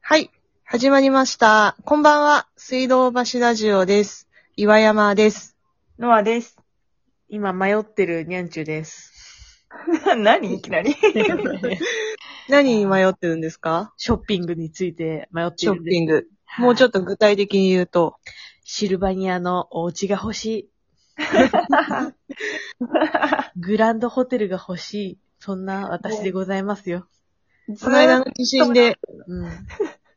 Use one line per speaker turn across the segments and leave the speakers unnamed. はい。始まりました。こんばんは。水道橋ラジオです。岩山です。
ノアです。
今迷ってるにゃんちゅうです。
何いきなり
何に迷ってるんですか
ショッピングについて迷ってい
ショ
るん
ッ
です。
ピング。もうちょ
っと。
っと具体的に言うと。
シルバニアのお家が 欲しい。グランドホテルが欲しい。そんな私でございますよ。
この間の地震で
うん。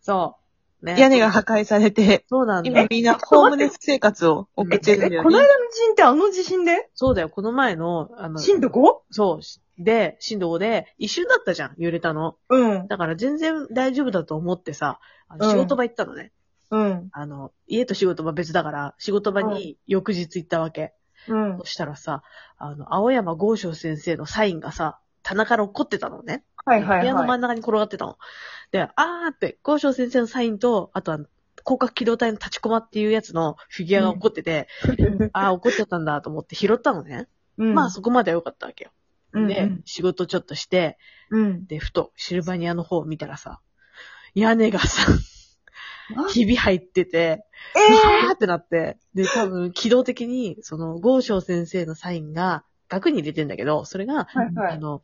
そう。ね
屋根が破壊されて、
そうなんだ
今。みんなホームレス生活を送ってるんだよ
この
ね。
間の地震ってあの地震で
そうだよ。この前の、あの、
震度 5?
そう。で、震度5で、一瞬だったじゃん。揺れたの。
うん。
だから全然大丈夫だと思ってさ、あの
うん
仕事場行ったのね。
うん。
あの、家と仕事場別だから、仕事場に翌日行ったわけ。
うん
そ。したらさ、あの、青山豪昌先生のサインがさ、棚から落っこってたのね。
はいはいはい。
部屋の真ん中に転がってたの。で、あーって、豪昌先生のサインと、あとは、広角機動隊の立ちこまっていうやつのフィギュアが落っこってて、あー落っこっちゃったんだと思って拾ったのね。
うん
まあそこまでは良かったわけよ。
うんうん
で、仕事ちょっとして、
うん。
で、ふとシルバニアの方を見たらさ、屋根がさ、ひび入ってて、
え
わーってなって、で、多分、機動的に、その、豪昌先生のサインが、額に入れてんだけど、それが、
はいは
あ
い。
の、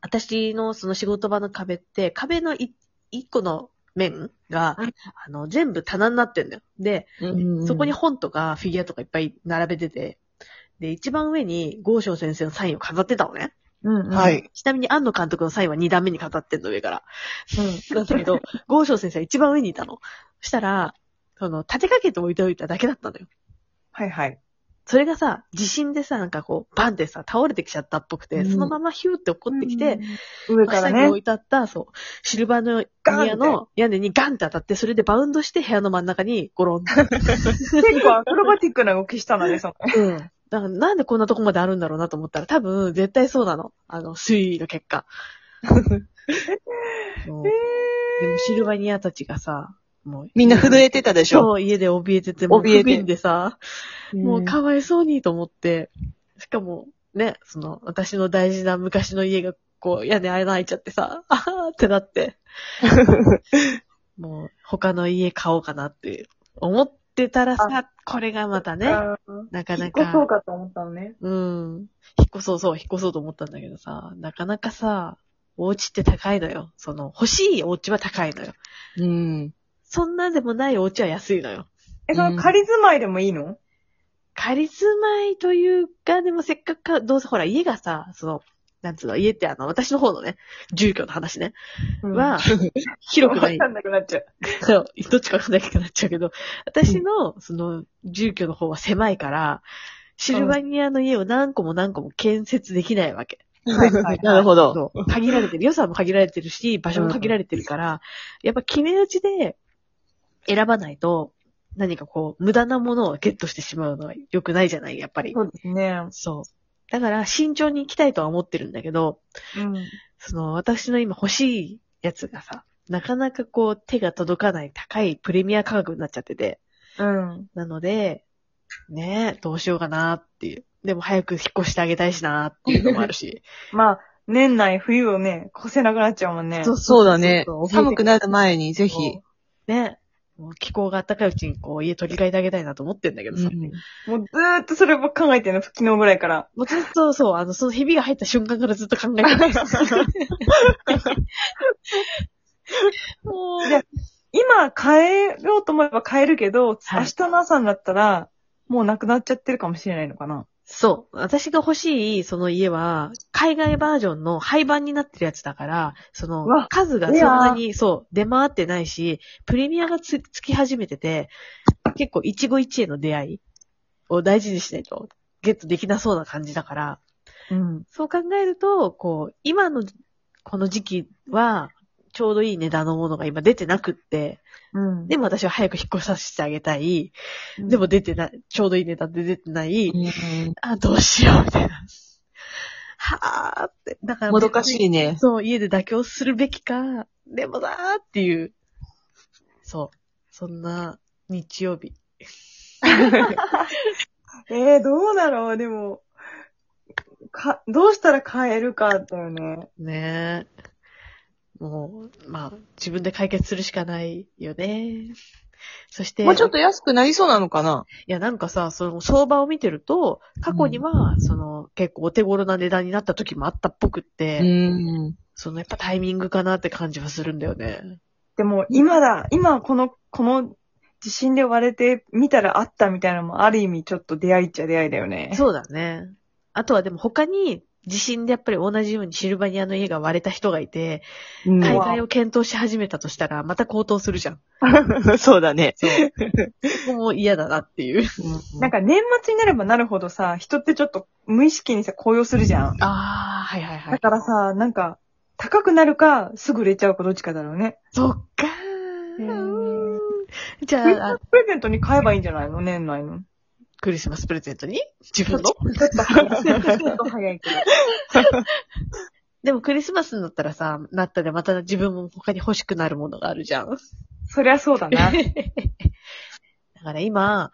私のその仕事場の壁って、壁のい一個の面が、
うん
あの、全部棚になってんだよ。で、そこに本とかフィギュアとかいっぱい並べてて、で、一番上に豪昌先生のサインを飾ってたのね。
うん。
は。い。
ちなみに、安野監督のサインは2段目に飾ってんの、上から。なんだけど、豪昌先生は一番上にいたの。そしたら、その、立てかけて置いておいただけだったのよ。
はいはい。
それがさ、地震でさ、なんかこう、バンってさ、倒れてきちゃったっぽくて、
うん
そのままヒューって落っこってきて、
うん、上か
下
ら
に
ね
置。いてあった、そう、シルバーのニアの屋根にガンって当たって、それでバウンドして部屋の真ん中にゴロン。
結構アクロバティックな動きしたのね、その。
うん。だからなんでこんなとこまであるんだろうなと思ったら、多分、絶対そうなの。あの、推移の 結果。そうでもシルバニアたちがさ、もう。
みんな震えてたでしょ
そう、家で怯えてて、もう
怯えて
不便でさ、もう
うん
かわいそうにと思って、しかも、ね、その、私の大事な昔の家が、こう、屋根穴開いちゃってさ、あはーってな って、もう、他の家買おうかなって、思ってたらさ、これがまたね、
あ
なか
ー
な
引っ越そう
か、
かと思ったのね。
うん、引っ越そうそう、引っ越そうと思ったんだけどさ、なかなかさ、お家って高いのよ。その、欲しいお家は高いのよ。
うん。
そんなでもないお家は安いのよ。
え、その仮住まいでもいいの
仮住まいというか、でもせっかくか、どうせほら家がさ、その、なんつうの、家ってあの、私の方のね、住居の話ね、 は、広くな
わか
い。
んなくなっちゃう。
そうどっちかわかんないけどなっちゃうけど、私の、その、住居の方は狭いから、シルバニアの家を何個も何個も建設できないわけ。
はいはいはい
なるほど。
そう限られてる。予算も限られてるし、場所も限られてるから、やっぱ決め打ちで選ばないと、何かこう、無駄なものをゲットしてしまうのは良くないじゃない、やっぱり。
そうですね。
そう。だから、慎重に行きたいとは思ってるんだけど、
うん。
その、私の今欲しいやつがさ、なかなかこう、手が届かない高いプレミア価格になっちゃってて、
うん。
なので、ねえ、どうしようかなっていう。でも早く引っ越してあげたいしなっていうのもあるし。
まあ、年内冬をね、越せなくなっちゃうもんね。
そう
そうだね
そう。そう
寒くなる前にぜひ。
ねえ、もう気候が暖かいうちにこう、家取り替えてあげたいなと思ってんだけどさ。
うん
もうずーっとそればっか考えてんの、昨日ぐらいから。
もうずっとそう、あの、そのひびが入った瞬間からずっと考えてた。もう、
じゃあ今変えようと思えば変えるけど、
はい
明日の朝になったら、もうなくなっちゃってるかもしれないのかな。
そう。私が欲しい、その家は、海外バージョンの廃盤になってるやつだから、そうの
わ、
数がそんなに、そう、出回ってないし、プレミアがつ、つき始めてて、結構一期一会の出会いを大事にしないと、ゲットできなそうな感じだから、
うん。
そう考えると、こう、今の、この時期は、ちょうどいい値段のものが今出てなくって、
うん。
でも私は早く引っ越させてあげたい、
うん
でも、出てない、ちょうどいい値段で出てない、
うん
あ、どうしよう、みたいな。はあって。だから、
もどかしいね。
そう、家で妥協するべきか、でもなーっていう。そう。そんな、日曜日。
えー、どうだろう、でも。か、どうしたら変えるかだよね。
ねもう、まあ、自分で解決するしかないよね。そして、
もうちょっと安くなりそうなのかない
や、なんかさ、その相場を見てると、過去には、その、結構お手頃な値段になった時もあったっぽくって、
ん。
そのやっぱタイミングかなって感じはするんだよね。
でも、今だ、今この、この地震で割れて見たらあったみたいなのもある意味ちょっと出会いっちゃ出会いだよね。
そうだね。あとはでも他に、地震でやっぱり同じようにシルバニアの家が割れた人がいて、
うん
買い
海
替えを検討し始めたとしたら、また高騰するじゃん。
そうだね。
そう。そこも嫌だなっていう。
なんか年末になればなるほどさ、人ってちょっと無意識にさ、高揚するじゃん。
ああ、はいはいは
だ
い。
からさ、なんか、高くなるか、すぐ売れちゃうかどっちかだろうね。
そっか
へ
ー。う
ー
ーんじ
クリス
ゃあ
マ、スプレゼントに買えばいいんじゃないの年内の。
クリスマスプレゼントに自
ちょ
分
っと
の
ちょっと早い。ちょっと早いけど。
でもクリスマスになったらさ、なったらまた自分も他に欲しくなるものがあるじゃん。
そりゃそうだな。
だから今、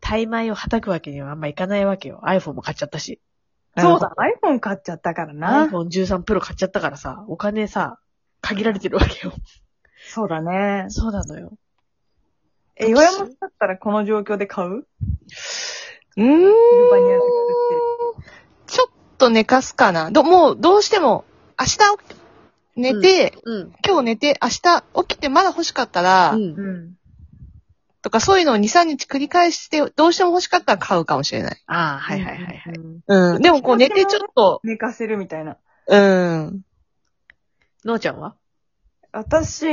大枚をはたくわけにはあんまいかないわけよ。iPhone も買っちゃったし。
そうだ、iPhone 買っちゃったからな。
iPhone13 Pro 買っちゃったからさ、お金さ、限られてるわけよ。
そうだね。
そうなのよ。
え、岩山さんだったらこの状況で買う
うーん。
ルバニアで作
ちょっと寝かすかな。ど、もう、どうしても、明日起き寝て、
うん。
今日寝て、明日起きてまだ欲しかったら、
うん。
ん。
とかそういうのを2、3日繰り返して、どうしても欲しかったら買うかもしれない。
ああ、はいはいはいはい。
うん。
うん。でもこう寝てちょっと、
寝かせるみたいな。
うん。
のーちゃんは
私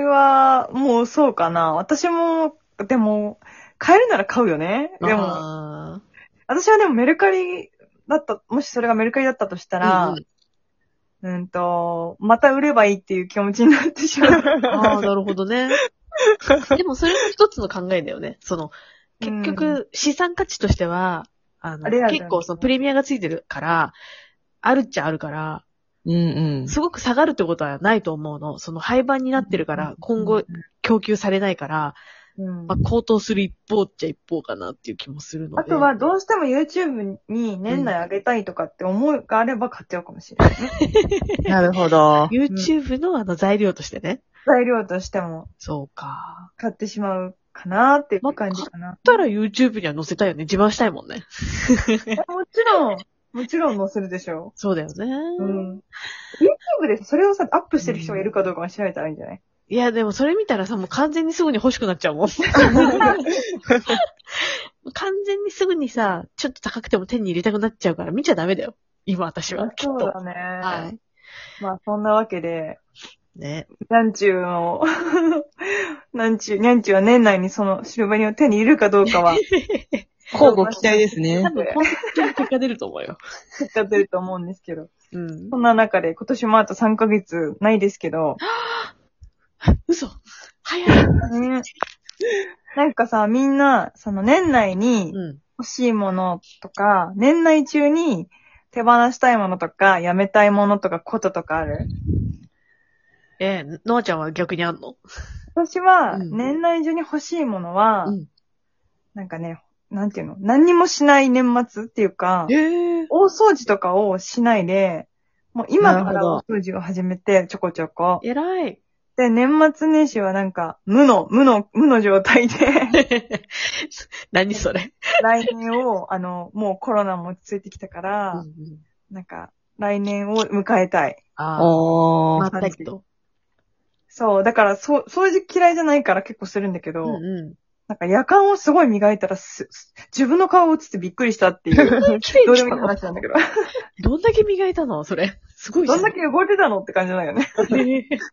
は、もうそうかな。私も、でも、買えるなら買うよね。でも、
あ
私はでもメルカリだった、もしそれがメルカリだったとした
ー
ら、うん、と、また売ればいいっていう気持ちになってしまう。
ああ、なるほど ね。でもそれも一つの考えだよね。その、 結局、資産価値としては、あの、
あれやだね
結構そのプレミアがついてるから、あるっちゃあるから、
うんうん。
すごく下がるってことはないと思うの。その廃盤になってるから、今後供給されないから、
うん、
まあ、高騰する一方っちゃ一方かなっていう気もするので。
あとは、どうしても YouTube に年内上げたいとかって思いがあれば買っちゃうかもしれない。
なるほど。
YouTube のあの材料としてね。
材料としても
そうか。
買ってしまうかなっていう感じか な。
だったら YouTube には載せたいよね。自慢したいもんね。
もちろん、もちろん載せるでしょ。
そうだよね。
うん。YouTube でそれをさ、アップしてる人がいるかどうかも調べたらいいんじゃない、
いや、でもそれ見たらさ、もう完全にすぐに欲しくなっちゃう もん。完全にすぐにさ、ちょっと高くても手に入れたくなっちゃうから見ちゃダメだよ。今私は、きっ
そう
と。
だね。
はい。
まあ、そんなわけで、
ね。
なんちゅうの、なんちゅう、にゃんちゅうは年内にそのシルバニアを手に入れるかどうか は、
交互期待です
多
ね。
分本当に結果出ると思うよ。
結果出ると思うんですけど。
うん
そ。んな中で、今年もあと3ヶ月ないですけど、
嘘。早い。
ねなんかさ、みんな、その年内に
うん。
欲しいものとか、年内中に手放したいものとか、やめたいものとか、こととかある
えー、のあちゃんは逆にあんの
私は、
うん
年内中に欲しいものは、
うん
なんかね、なんていうの何にもしない年末っていうか、
ええ。
大掃除とかをしないで、もう今か
なる
ら
ほ
大掃除を始めて、ちょこちょこ。
偉い。
で、年末年始はなんか、無の、無の、無の状態で、
何それ。
来年を、あの、もうコロナも落ち着いてきたから、なんか、来年を迎えたい。
ああ。
お
ま
ー。
ったりと。
そう、だから、そう、掃除嫌いじゃないから結構するんだけど、
うんう
なんか夜間をすごい磨いたらす、す自分の顔が映ってびっくりしたっ ていう、
ん。綺麗
どう
にし
でもい
た
い
の
話なんだけど。
どんだけ磨いたのそれ。すごいじゃ
どんだけ汚れてたのって感じなんよね。っ
へえ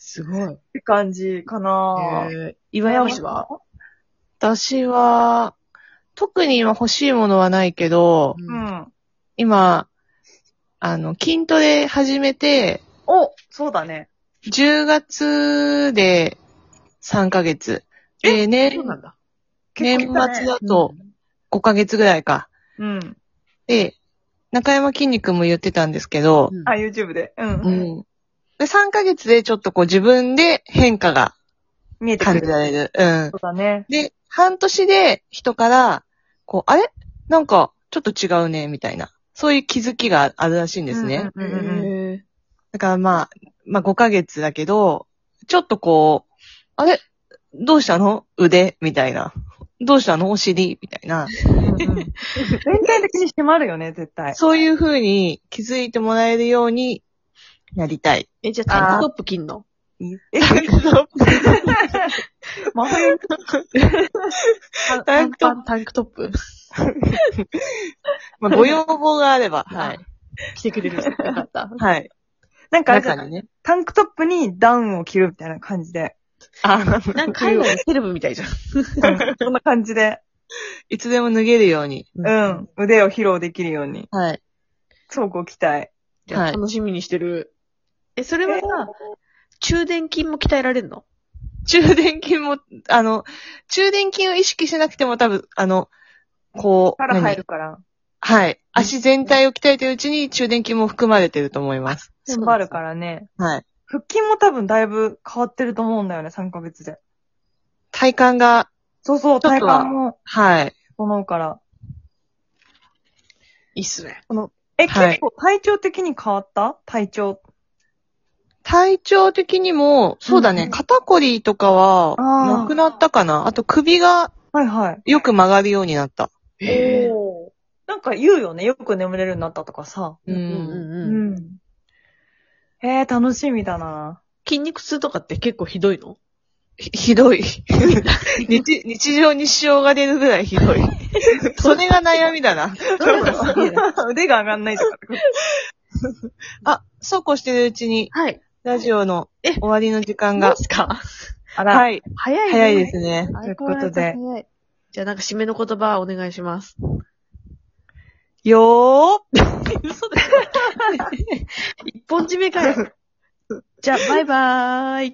すごい。
て感じかな
えー岩山氏は
私は、特に今欲しいものはないけど、
う
うん
ん。
今、あの、筋トレ始めて、
お、そうだね。
10月で3ヶ月。で、
そ
年、
うなんだ。
年
結構来たね
末だと5ヶ月ぐらいか。
うん。
で、中山筋肉も言ってたんですけど、
あ、YouTube で。う。
うんん。で、3ヶ月でちょっとこう自分で変化が
見えてく
感
る。
じ
そ
られる。うん。
うだね。
で、半年で人から、こう、あれなんか、ちょっと違うね、みたいな。そういう気づきがあるらしいんですね。
うんうんうんうん
へえ
だからまあ、まあ5ヶ月だけど、ちょっとこう、あれどうしたの腕みたいな。どうしたのお尻みたいな。
全体的に締まるよね、絶対。
そういう風に気づいてもらえるようになりたい。
え、じゃあタンクトップ着んの
え、 真冬
タンクトッ
プ。タンクトップ。
まあ、ご要望があれば。
は
はいい。。
来てくれる人よかった。
はい。
なんかあれじゃ
中
な
に
い
ね。
タンクトップにダウンを着るみたいな感じ で。
あ、
なんか海外のセレブみたいじゃん。
そんな感じで、
いつでも脱げるように。
う。ん、腕を披露できるように。
はい。
そうご期待。
じゃあ
はい
楽しみにしてる。え、それはさ、中殿筋も鍛えられるの
中電筋も、あの、中電筋を意識しなくても多分、あの、こう、
から入
何
るから。
はい。足全体を鍛えてるうちに中電筋も含まれてると思います。
締まるからね。
はい。
腹筋も多分だいぶ変わってると思うんだよね、3ヶ月で。
体幹が、
そうそう、
ちょっ
体
とは
幹も
はい。
整うから。
いいっすね。
え、
はい
結構体調的に変わった体調。
体調的にも、そうだね、
うん
肩こりとかは、
あー
なくなったかな。あと首が
はいはい。
よく曲がるようになった。
へー
おーなんか言うよね、よく眠れるようになったとかさ。
う
うん
ん。
う
うん
うん。
ん。えー、楽しみだな。
筋肉痛とかって結構ひどいの
ひ ひどい。日、日常に支障が出るぐらいひどい。それが悩みだな。
腕が上がんないとか。
あ、そうこうしてるうちに、
はい。
ラジオの
え
終わりの時間
何
が
で、すか
あら、
はい、
早いね。
早いですね。
相変
と
わ
いう
ら
こ
ず
とで
早い。じゃあなんか締めの言葉お願いします。
よー
嘘だよ。一本締めかよ。じゃあ、バイバーイ。